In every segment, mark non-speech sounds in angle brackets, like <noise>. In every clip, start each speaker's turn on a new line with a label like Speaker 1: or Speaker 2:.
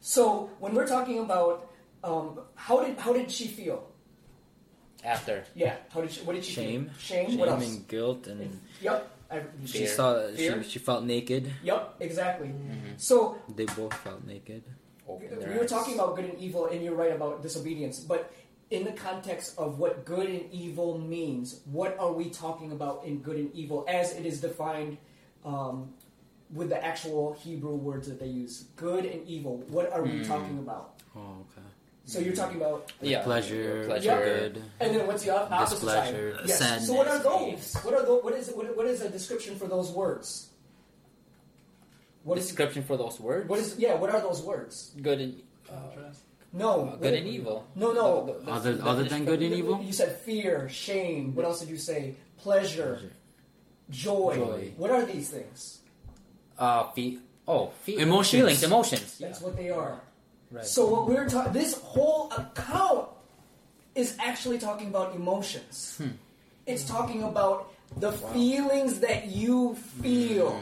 Speaker 1: So when we're talking about um, how did how did she feel?
Speaker 2: After
Speaker 1: Yeah, how did she, what did she
Speaker 3: Shame,
Speaker 1: feel? Shame.
Speaker 3: shame,
Speaker 1: What else?
Speaker 3: and guilt, and
Speaker 1: Yep. I,
Speaker 3: she
Speaker 2: Fear.
Speaker 3: saw that
Speaker 1: Fear.
Speaker 3: she she felt naked.
Speaker 1: yep. Exactly. So
Speaker 3: They both felt naked.
Speaker 1: we
Speaker 2: open their
Speaker 1: were
Speaker 2: eyes.
Speaker 1: talking about good and evil, and you're right about disobedience, but in the context of what good and evil means, what are we talking about in good and evil as it is defined um, with the actual Hebrew words that they use? Good and evil. What are we talking about?
Speaker 3: Oh, okay.
Speaker 1: So you're talking about,
Speaker 2: yeah,
Speaker 3: Pleasure,
Speaker 2: pleasure.
Speaker 3: good.
Speaker 1: and then what's the op- opposite
Speaker 3: Displeasure,
Speaker 1: side? Yes.
Speaker 3: sadness,
Speaker 1: So what are
Speaker 2: pain.
Speaker 1: those? What are the, what is what, what is a description for those words? What is
Speaker 2: Description for those words.
Speaker 1: what is yeah? What are those words?
Speaker 2: good and
Speaker 1: No,
Speaker 2: uh,
Speaker 1: what-
Speaker 2: good and evil?
Speaker 1: No, no.
Speaker 2: Th- th- that's
Speaker 3: Other
Speaker 2: the
Speaker 3: other
Speaker 2: definition
Speaker 3: than
Speaker 2: for
Speaker 3: good and
Speaker 1: You-
Speaker 3: evil,
Speaker 1: You said fear, shame. What else did you say? Pleasure, joy.
Speaker 3: Joy.
Speaker 1: What are these things?
Speaker 2: uh, fe- oh, fe-
Speaker 3: Emotions.
Speaker 2: feelings, emotions.
Speaker 1: That's what they are.
Speaker 3: Right.
Speaker 1: So what we're talking, this whole account is actually talking about emotions. It's talking about the feelings that you feel,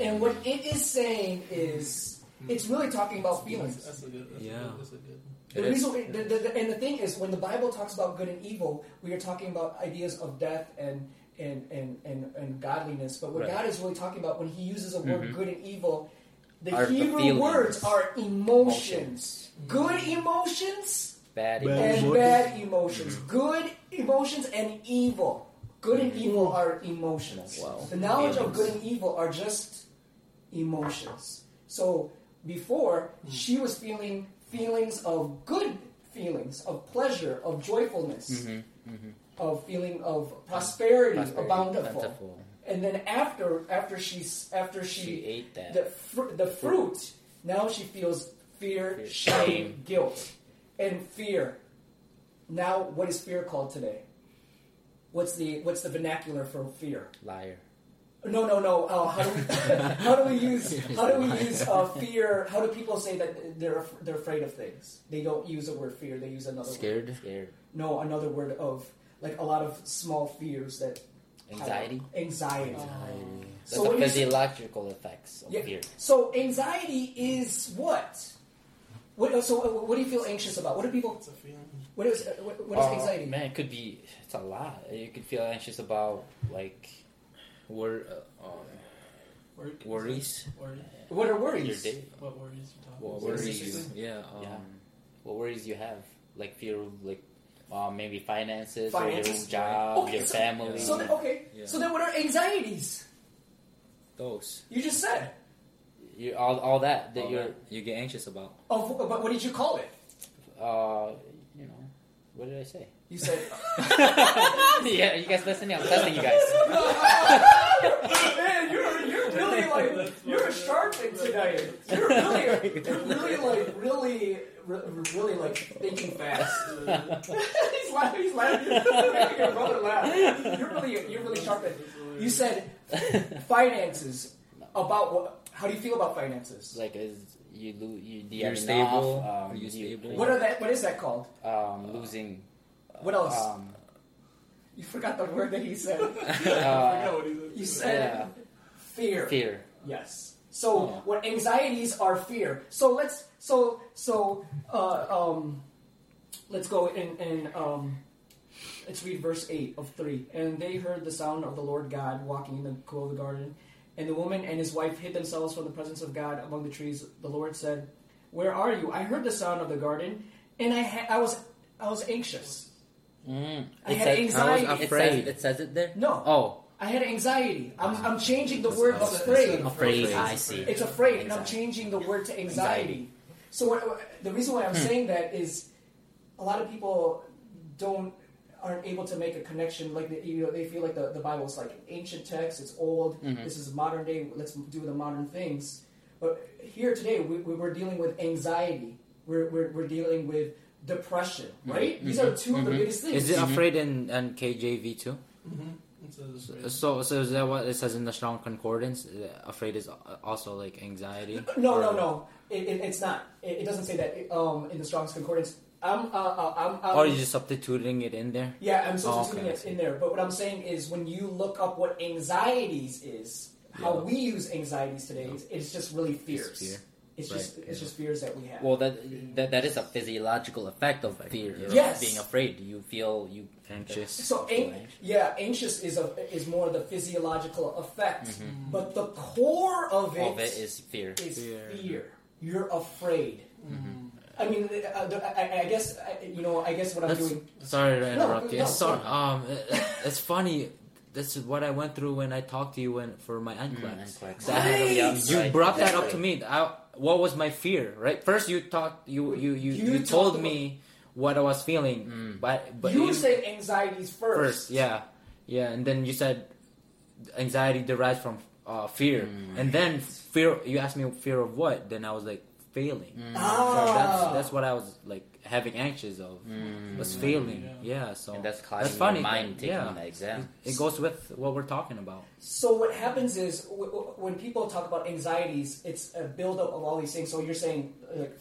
Speaker 1: and what it is saying is, it's really talking about feelings.
Speaker 4: That's a good. That's
Speaker 3: Yeah.
Speaker 4: A good, that's a good.
Speaker 1: The
Speaker 3: It is.
Speaker 1: reason, the, the, the- and the thing is, when the Bible talks about good and evil, we are talking about ideas of death and and and and, and godliness. But what
Speaker 2: Right.
Speaker 1: God is really talking about when He uses a word good and evil, the
Speaker 2: Are the
Speaker 1: Hebrew
Speaker 2: feelings.
Speaker 1: words are emotions. Good emotions
Speaker 2: Bad
Speaker 4: Bad.
Speaker 2: emotions.
Speaker 1: and
Speaker 4: Emotions.
Speaker 1: bad emotions. Good emotions and evil. Good and evil
Speaker 4: Mm-hmm.
Speaker 1: are emotions.
Speaker 2: Wow.
Speaker 1: The knowledge of
Speaker 2: Feelings.
Speaker 1: good and evil are just emotions. So before
Speaker 4: Mm.
Speaker 1: she was feeling feelings of good feelings of pleasure, of joyfulness, of feeling of prosperity,
Speaker 2: Mm-hmm. Prosperity,
Speaker 1: of bountiful.
Speaker 2: plentiful.
Speaker 1: And then after after she's after she,
Speaker 2: She ate that.
Speaker 1: the fr- the fruit, now she feels fear,
Speaker 2: Fear.
Speaker 1: shame, guilt, and fear. Now, what is fear called today? What's the what's the vernacular for fear?
Speaker 2: Liar.
Speaker 1: No, no, no. Uh, how do we <laughs> how do we use how do we use uh, fear? How do people say that they're af- they're afraid of things? They don't use the word fear. They use another word.
Speaker 3: scared,
Speaker 2: Scared.
Speaker 1: no another word of like a lot of small fears that
Speaker 2: Anxiety.
Speaker 1: anxiety. Uh-huh.
Speaker 2: That's
Speaker 1: So
Speaker 2: the
Speaker 1: what you-
Speaker 2: physiological effects of
Speaker 1: Yeah.
Speaker 2: fear.
Speaker 1: So anxiety is what? What so uh, what do you feel anxious about? What do people?
Speaker 4: It's a feeling.
Speaker 1: What is uh, what, what is
Speaker 2: Uh,
Speaker 1: anxiety?
Speaker 2: Man, it could be. It's a lot. You could feel anxious about like
Speaker 3: wor- uh,
Speaker 4: Work.
Speaker 3: worries,
Speaker 4: Worry.
Speaker 1: What are
Speaker 2: your
Speaker 1: worries?
Speaker 2: day,
Speaker 4: What worries you talking
Speaker 3: Wor-
Speaker 4: about?
Speaker 3: worries. Yeah,
Speaker 2: Yeah.
Speaker 3: um,
Speaker 2: what worries you have, like fear of like uh, maybe finances, or
Speaker 1: Finances.
Speaker 2: your job,
Speaker 1: Okay,
Speaker 2: your
Speaker 1: so-
Speaker 2: family.
Speaker 1: So then, okay.
Speaker 3: Yeah.
Speaker 1: So then, what are anxieties?
Speaker 3: those.
Speaker 1: You just said.
Speaker 2: you, all, all that that
Speaker 3: all
Speaker 2: you're,
Speaker 3: that you get anxious about.
Speaker 1: Of but what did you call it?
Speaker 2: uh, you know, what did I say? <laughs>
Speaker 1: You said.
Speaker 2: yeah, you guys listening? I'm testing you guys.
Speaker 1: Man, you're you're really like you're a sharpie today. You're really you're really like really re- really like thinking fast. <laughs> he's laughing. He's laughing. You're making your brother laugh. You're really you're really sharp. You said finances about what? How do you feel about finances?
Speaker 2: like is you lose you do you
Speaker 3: You're
Speaker 2: have
Speaker 3: stable?
Speaker 2: enough, um,
Speaker 3: Are you stable?
Speaker 1: What are that? What is that called?
Speaker 2: um, losing
Speaker 1: What else?
Speaker 2: um,
Speaker 1: you forgot the word that he said.
Speaker 4: I forgot
Speaker 2: uh,
Speaker 4: what he said.
Speaker 1: You
Speaker 2: yeah,
Speaker 1: said fear.
Speaker 2: fear
Speaker 1: Yes. So
Speaker 2: Oh.
Speaker 1: what anxieties are fear. So let's so so uh, um, let's go and and um, let's read verse eight of three. And they heard the sound of the Lord God walking in the cool of the garden, and the woman and his wife hid themselves from the presence of God among the trees. The Lord said, "Where are you? I heard the sound of the garden, and I ha- I was I was anxious.
Speaker 2: mm.
Speaker 1: I
Speaker 2: It
Speaker 1: had
Speaker 2: says-
Speaker 1: anxiety.
Speaker 3: I was
Speaker 2: it
Speaker 3: afraid.
Speaker 2: says, it says it there
Speaker 1: No.
Speaker 2: oh
Speaker 1: I had anxiety. I'm I'm changing the word
Speaker 4: It's a- it's a
Speaker 1: afraid.
Speaker 2: afraid
Speaker 3: Afraid.
Speaker 2: I see
Speaker 1: It's afraid, and I'm
Speaker 2: Anxiety.
Speaker 1: changing the word to anxiety.
Speaker 2: Anxiety.
Speaker 1: So what, what- the reason why I'm
Speaker 3: Hmm.
Speaker 1: saying that is a lot of people don't aren't able to make a connection. Like the, you know, they feel like the, the Bible is like an ancient text. It's old.
Speaker 3: Mm-hmm.
Speaker 1: This is modern day. Let's do the modern things. But here today, we, we- we're dealing with anxiety. We're, we're, we're dealing with depression. Right? These are 2 of the biggest things.
Speaker 3: Mm-hmm. Is it afraid in, in KJV too?
Speaker 4: It's a- it's a-
Speaker 3: Mm-hmm. So, so is that what it says in the Strong Concordance? Uh, Afraid is al- also like anxiety.
Speaker 1: No,
Speaker 3: Or-
Speaker 1: no, no. It, it, it's not. It, it doesn't say that um, in the Strong's Concordance. I'm, uh, uh, I'm, I'm,
Speaker 3: Or are Oh, you just substituting it in there?
Speaker 1: Yeah, I'm
Speaker 3: Oh,
Speaker 1: substituting
Speaker 3: okay, I
Speaker 1: it
Speaker 3: see.
Speaker 1: in there. But what I'm saying is when you look up what anxieties is, how
Speaker 3: Yeah.
Speaker 1: we use anxieties today, it's, it's just really fears.
Speaker 3: fear.
Speaker 1: It's
Speaker 3: Right,
Speaker 1: just it's
Speaker 3: yeah.
Speaker 1: just fears that we have.
Speaker 2: Well, that, that that is a physiological effect of fear. you know,
Speaker 1: Yes.
Speaker 2: being afraid, you feel you
Speaker 3: Anxious.
Speaker 1: so
Speaker 2: feel
Speaker 1: an- yeah, anxious is a is more the physiological effect,
Speaker 3: Mm-hmm.
Speaker 1: but the core of
Speaker 2: mm-hmm, All of it is fear.
Speaker 1: is
Speaker 3: Fear.
Speaker 1: fear. You're afraid.
Speaker 4: Mm-hmm.
Speaker 1: I mean, uh, the- I, I guess I, you know. I guess what I'm
Speaker 3: That's-
Speaker 1: doing.
Speaker 3: Sorry
Speaker 1: No,
Speaker 3: to interrupt you.
Speaker 1: no,
Speaker 3: It's so, um, it- it's funny. This is what I went through when I talked to you when for my
Speaker 2: Mm,
Speaker 3: NCLEX.
Speaker 2: and
Speaker 3: That-
Speaker 1: Right.
Speaker 2: Yeah,
Speaker 3: you
Speaker 2: right,
Speaker 3: brought that up
Speaker 2: exactly.
Speaker 3: to me. I, what was my fear? Right. First, you taught you you
Speaker 1: You
Speaker 3: you, you,
Speaker 1: talked
Speaker 3: told
Speaker 1: about-
Speaker 3: me what I was feeling,
Speaker 2: Mm.
Speaker 3: but but
Speaker 1: you were saying anxieties first.
Speaker 3: first, yeah, yeah, and then you said anxiety derives from uh, fear,
Speaker 2: Mm.
Speaker 3: and then fear. You asked me fear of what? Then I was like failing.
Speaker 2: Mm. Mm-hmm.
Speaker 3: So
Speaker 1: Ah.
Speaker 3: that's that's what I was like having anxious of
Speaker 2: Mm.
Speaker 3: was failing. Yeah. so
Speaker 2: And that's classing
Speaker 3: Mm-hmm. That's funny,
Speaker 2: your mind
Speaker 3: though.
Speaker 2: taking
Speaker 3: Yeah.
Speaker 2: the exam.
Speaker 3: it goes with what we're talking about.
Speaker 1: So what happens is w- w- when people talk about anxieties, it's a buildup of all these things. So you're saying uh, like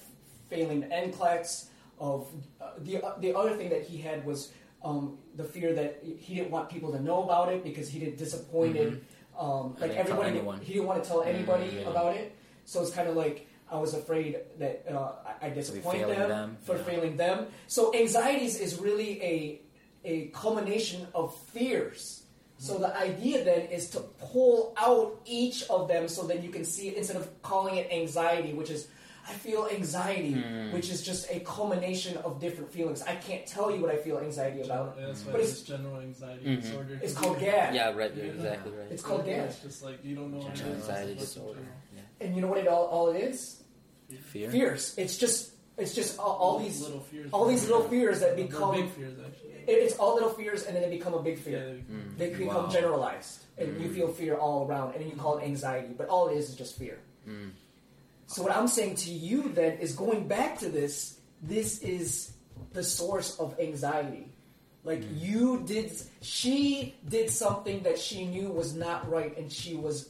Speaker 1: failing NCLEX. Of uh, the the other thing that he had was um, the fear that he didn't want people to know about it because he didn't disappoint it. Um, like
Speaker 3: Mm-hmm. didn't tell
Speaker 1: everyone,
Speaker 3: anyone. Mm-hmm.
Speaker 1: he didn't want to tell anybody
Speaker 2: yeah.
Speaker 1: about it. So it's kind of like I was afraid that uh, I, I disappoint
Speaker 3: failing
Speaker 1: them,
Speaker 3: them,
Speaker 1: for
Speaker 3: yeah.
Speaker 1: failing them. So anxieties is really a a culmination of fears. So the idea then is to pull out each of them so then you can see it instead of calling it anxiety, which is I feel anxiety, which is just a culmination of different feelings. I can't tell you what I feel anxiety about.
Speaker 4: Yeah, that's why
Speaker 1: But it's-
Speaker 4: it's general anxiety
Speaker 2: Mhm.
Speaker 4: disorder.
Speaker 1: It's called GAD.
Speaker 2: Yeah, right. You're
Speaker 4: Yeah.
Speaker 2: exactly right.
Speaker 1: It's called
Speaker 4: Yeah,
Speaker 1: GAD.
Speaker 4: It's just like you don't know what it
Speaker 2: General
Speaker 4: is.
Speaker 2: anxiety
Speaker 4: It's just
Speaker 2: disorder. Yeah.
Speaker 1: And you know what it all, all it is?
Speaker 3: Fear.
Speaker 1: Fears. It's just it's just all, all these
Speaker 4: little fears.
Speaker 1: all these little fears that
Speaker 4: They're
Speaker 1: become
Speaker 4: big
Speaker 1: it,
Speaker 4: fears actually.
Speaker 1: it's all little fears and then they become a big fear.
Speaker 4: Yeah, they become-
Speaker 1: They become
Speaker 3: Wow.
Speaker 1: generalized, and you feel fear all around, and you call it anxiety, but all it is is just fear. So what I'm saying to you then is going back to this. This is the source of anxiety. Like you did, she did something that she knew was not right, and she was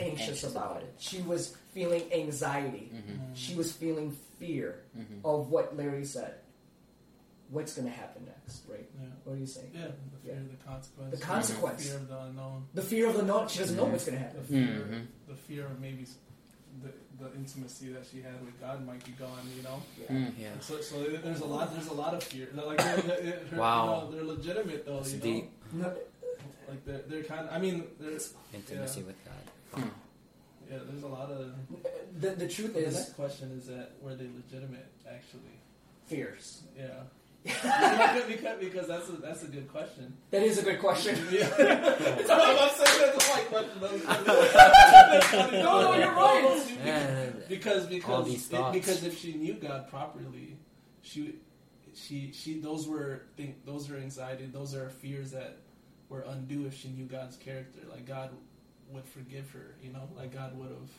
Speaker 1: anxious,
Speaker 2: Anxious
Speaker 1: about,
Speaker 2: about
Speaker 1: it. She was feeling anxiety.
Speaker 4: Mm-hmm.
Speaker 1: She was feeling fear of what Larry said. What's going to happen next, right?
Speaker 4: Yeah.
Speaker 1: What do you think?
Speaker 4: Yeah, the fear of the consequence.
Speaker 1: The consequence.
Speaker 4: The fear of the unknown.
Speaker 1: The fear of the known. She doesn't know what's going to happen.
Speaker 3: Hmm,
Speaker 4: The fear,
Speaker 3: mm-hmm.
Speaker 2: Mhm.
Speaker 4: the fear of maybe s- the, the intimacy that she had with God might be gone. You know.
Speaker 2: Mm.
Speaker 3: Yeah.
Speaker 4: So, so there's a lot. There's a lot of fear. They're like, they're, they're, they're-
Speaker 3: Wow.
Speaker 4: you know, they're legitimate though.
Speaker 3: It's
Speaker 4: you know?
Speaker 3: deep
Speaker 1: No,
Speaker 4: Like they're, they're kind. Of, I mean, there's
Speaker 3: intimacy with God.
Speaker 4: yeah. There's a lot of.
Speaker 1: the, the truth
Speaker 4: The next
Speaker 1: is
Speaker 4: question is that were they legitimate actually?
Speaker 1: fears.
Speaker 4: <laughs> Yeah. because, because, because that's a that's a good question.
Speaker 1: That is a good question.
Speaker 4: <laughs> Yeah. That's what I'm saying that's my question. <laughs> That was-
Speaker 1: No, no, you're right.
Speaker 3: Yeah.
Speaker 4: because because
Speaker 3: All these
Speaker 4: it-
Speaker 3: thoughts.
Speaker 4: because if she knew God properly, she she she those were think those are anxiety, those are fears that were undue if she knew God's character. Like God would forgive her, you know, like God would have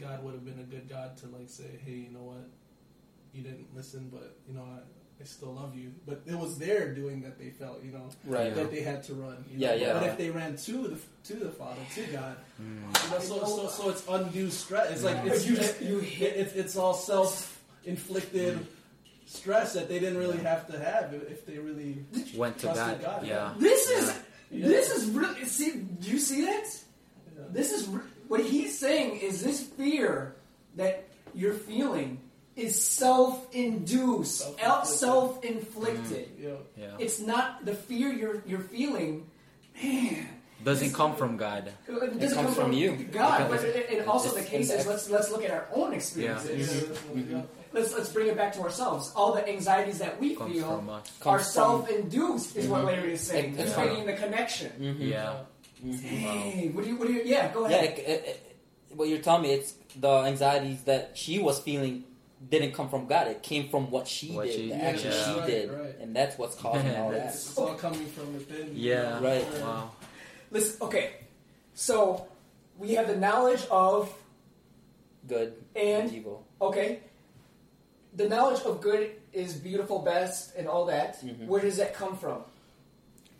Speaker 4: God would have been a good God to like say, hey, you know what, you didn't listen, but you know I. I still love you, but it was their doing that they felt, you know,
Speaker 2: Right.
Speaker 4: that they had to run. You
Speaker 2: Yeah,
Speaker 4: know?
Speaker 2: yeah. Hmm.
Speaker 4: But if they ran to the to the Father, to God,
Speaker 3: Mm.
Speaker 4: you know, so, so, so it's undue stress. It's like
Speaker 1: But
Speaker 4: it's
Speaker 1: you just- you
Speaker 4: it-
Speaker 1: hit-
Speaker 4: it's, it's all self inflicted stress that they didn't really have to have if, if they really.
Speaker 3: Went to
Speaker 4: Trusted
Speaker 3: God.
Speaker 4: God,
Speaker 3: Yeah.
Speaker 1: This is
Speaker 4: Yeah.
Speaker 1: this is really. See, do you see that?
Speaker 4: Yeah.
Speaker 1: This is re- what he's saying. Is this fear that you're feeling is self-induced,
Speaker 4: Self-inflicted.
Speaker 1: self-inflicted?
Speaker 4: You know,
Speaker 3: Yeah.
Speaker 1: It's not the fear you're you're feeling. Man,
Speaker 3: Doesn't come from God.
Speaker 1: It,
Speaker 2: comes
Speaker 1: doesn't come
Speaker 2: from you.
Speaker 1: God,
Speaker 3: It
Speaker 1: but
Speaker 3: comes-
Speaker 1: it, it- and also the
Speaker 2: it's
Speaker 1: case is
Speaker 2: index.
Speaker 1: let's let's look at our own
Speaker 4: yeah, Mm-hmm.
Speaker 1: experiences.
Speaker 4: that's what we got.
Speaker 1: Let's let's bring it back to ourselves. All the anxieties that we
Speaker 3: Comes
Speaker 1: feel
Speaker 3: from us.
Speaker 1: are
Speaker 2: Comes from-
Speaker 1: self-induced, is what Larry is saying.
Speaker 2: It-
Speaker 1: He's
Speaker 3: yeah.
Speaker 1: making the connection.
Speaker 2: Mm-hmm.
Speaker 3: Yeah.
Speaker 1: Hey, what do you what do you? Yeah, go
Speaker 2: Yeah,
Speaker 1: ahead.
Speaker 2: it, it, it, what you're telling me, it's the anxieties that she was feeling didn't come from God. It came from what she
Speaker 3: What
Speaker 2: did,
Speaker 3: she-
Speaker 2: the action
Speaker 4: yeah.
Speaker 2: she
Speaker 4: Right,
Speaker 2: did,
Speaker 4: right.
Speaker 2: and that's
Speaker 3: <laughs>
Speaker 2: what's causing all that.
Speaker 4: It's all coming from within. you
Speaker 3: Yeah.
Speaker 4: know,
Speaker 2: Right.
Speaker 4: for-
Speaker 3: Wow.
Speaker 1: Listen, okay. So we have the knowledge of
Speaker 2: Good
Speaker 1: And-
Speaker 2: evil.
Speaker 1: okay. The knowledge of good is beautiful, best, and all that.
Speaker 2: Mhm.
Speaker 1: Where does that come from?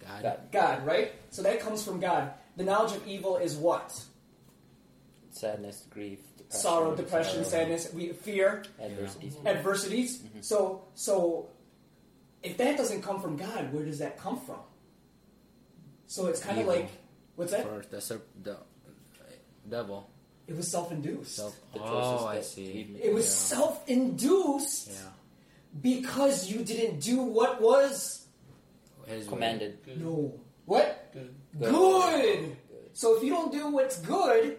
Speaker 3: God.
Speaker 2: God,
Speaker 1: God, right? So that comes from God. The knowledge of evil is what?
Speaker 2: sadness, grief, depression,
Speaker 1: sorrow, depression,
Speaker 2: sorrow,
Speaker 1: sadness, we, fear,
Speaker 2: adversities.
Speaker 1: adversities. So, so if that doesn't come from God, where does that come from? So it's kind of
Speaker 3: Evil.
Speaker 1: like, what's that?
Speaker 3: For the ser- the devil.
Speaker 1: It was self-induced.
Speaker 3: Self-
Speaker 2: The choices
Speaker 3: oh, I
Speaker 2: that
Speaker 3: see.
Speaker 2: he made.
Speaker 1: it was
Speaker 3: Yeah.
Speaker 1: self-induced
Speaker 3: Yeah.
Speaker 1: because you didn't do what was
Speaker 3: His way.
Speaker 2: commanded.
Speaker 4: Good.
Speaker 1: no what
Speaker 4: Good.
Speaker 1: good.
Speaker 2: Good.
Speaker 1: So if you don't do what's good,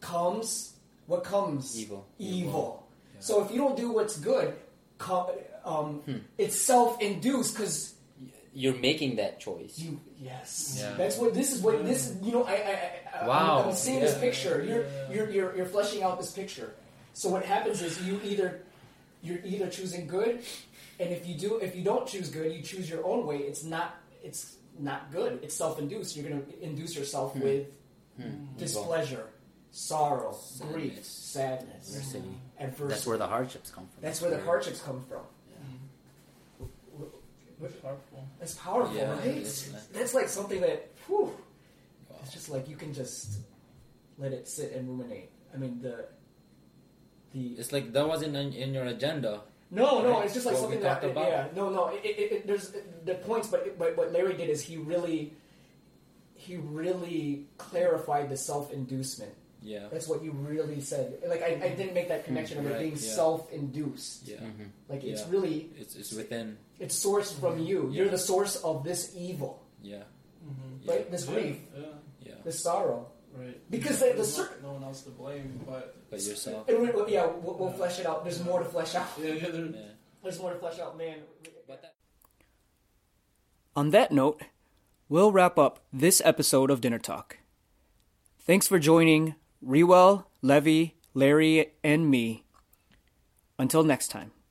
Speaker 1: comes what comes
Speaker 2: Evil.
Speaker 1: Evil.
Speaker 3: Yeah.
Speaker 1: So if you don't do what's good, co- um, it's self-induced because
Speaker 2: You're making that choice.
Speaker 1: You yes.
Speaker 3: Yeah.
Speaker 1: That's what this is. What this is. You know, I. I, I
Speaker 3: Wow.
Speaker 1: I'm, I'm seeing
Speaker 4: Yeah.
Speaker 1: this picture. You're,
Speaker 4: Yeah.
Speaker 1: you're you're you're fleshing out this picture. So what happens is you either you're either choosing good, and if you do if you don't choose good, you choose your own way. It's not it's not good. It's self-induced. You're going to induce yourself with
Speaker 3: Hmm.
Speaker 1: displeasure, sorrow, grief,
Speaker 3: Sadness.
Speaker 1: sadness,
Speaker 3: Adversity.
Speaker 1: adversity.
Speaker 3: That's where the hardships come from.
Speaker 1: That's where the hardships come from.
Speaker 4: That's powerful.
Speaker 1: That's powerful,
Speaker 3: Yeah,
Speaker 1: right?
Speaker 3: it is, man.
Speaker 1: That's like something that, whew,
Speaker 3: Wow.
Speaker 1: it's just like you can just let it sit and ruminate. I mean, the the
Speaker 3: It's like that wasn't in, in your agenda.
Speaker 1: no, no,
Speaker 3: Right.
Speaker 1: it's just like
Speaker 3: What we
Speaker 1: something that
Speaker 3: talked about.
Speaker 1: yeah, no, no. It, it, it, there's the points, but but what Larry did is he really he really clarified the self-inducement.
Speaker 3: Yeah.
Speaker 1: That's what you really said. Like I, I didn't make that connection about it
Speaker 3: Hmm.
Speaker 1: being
Speaker 3: Right, yeah.
Speaker 1: self-induced.
Speaker 3: Yeah.
Speaker 2: Mhm.
Speaker 1: Like it's
Speaker 3: Yeah.
Speaker 1: really
Speaker 3: It's it's within.
Speaker 1: it's sourced from you. You're
Speaker 3: Yeah.
Speaker 1: the source of this evil,
Speaker 3: Yeah.
Speaker 4: Mm-hmm.
Speaker 3: Yeah.
Speaker 1: right? This grief,
Speaker 4: Yeah.
Speaker 3: Yeah.
Speaker 1: this sorrow.
Speaker 4: Right.
Speaker 1: Because the- the
Speaker 4: There's no,
Speaker 1: cer-
Speaker 4: no one else to blame, but
Speaker 3: But yourself.
Speaker 1: And we, we- yeah, we'll, we'll flesh it out. There's more to flesh out.
Speaker 4: yeah, yeah, there,
Speaker 3: Yeah.
Speaker 1: There's more to flesh out, man.
Speaker 3: But that-
Speaker 1: On that note, we'll wrap up this episode of Dinner Talk. Thanks for joining Rewell, Levy, Larry, and me. Until next time.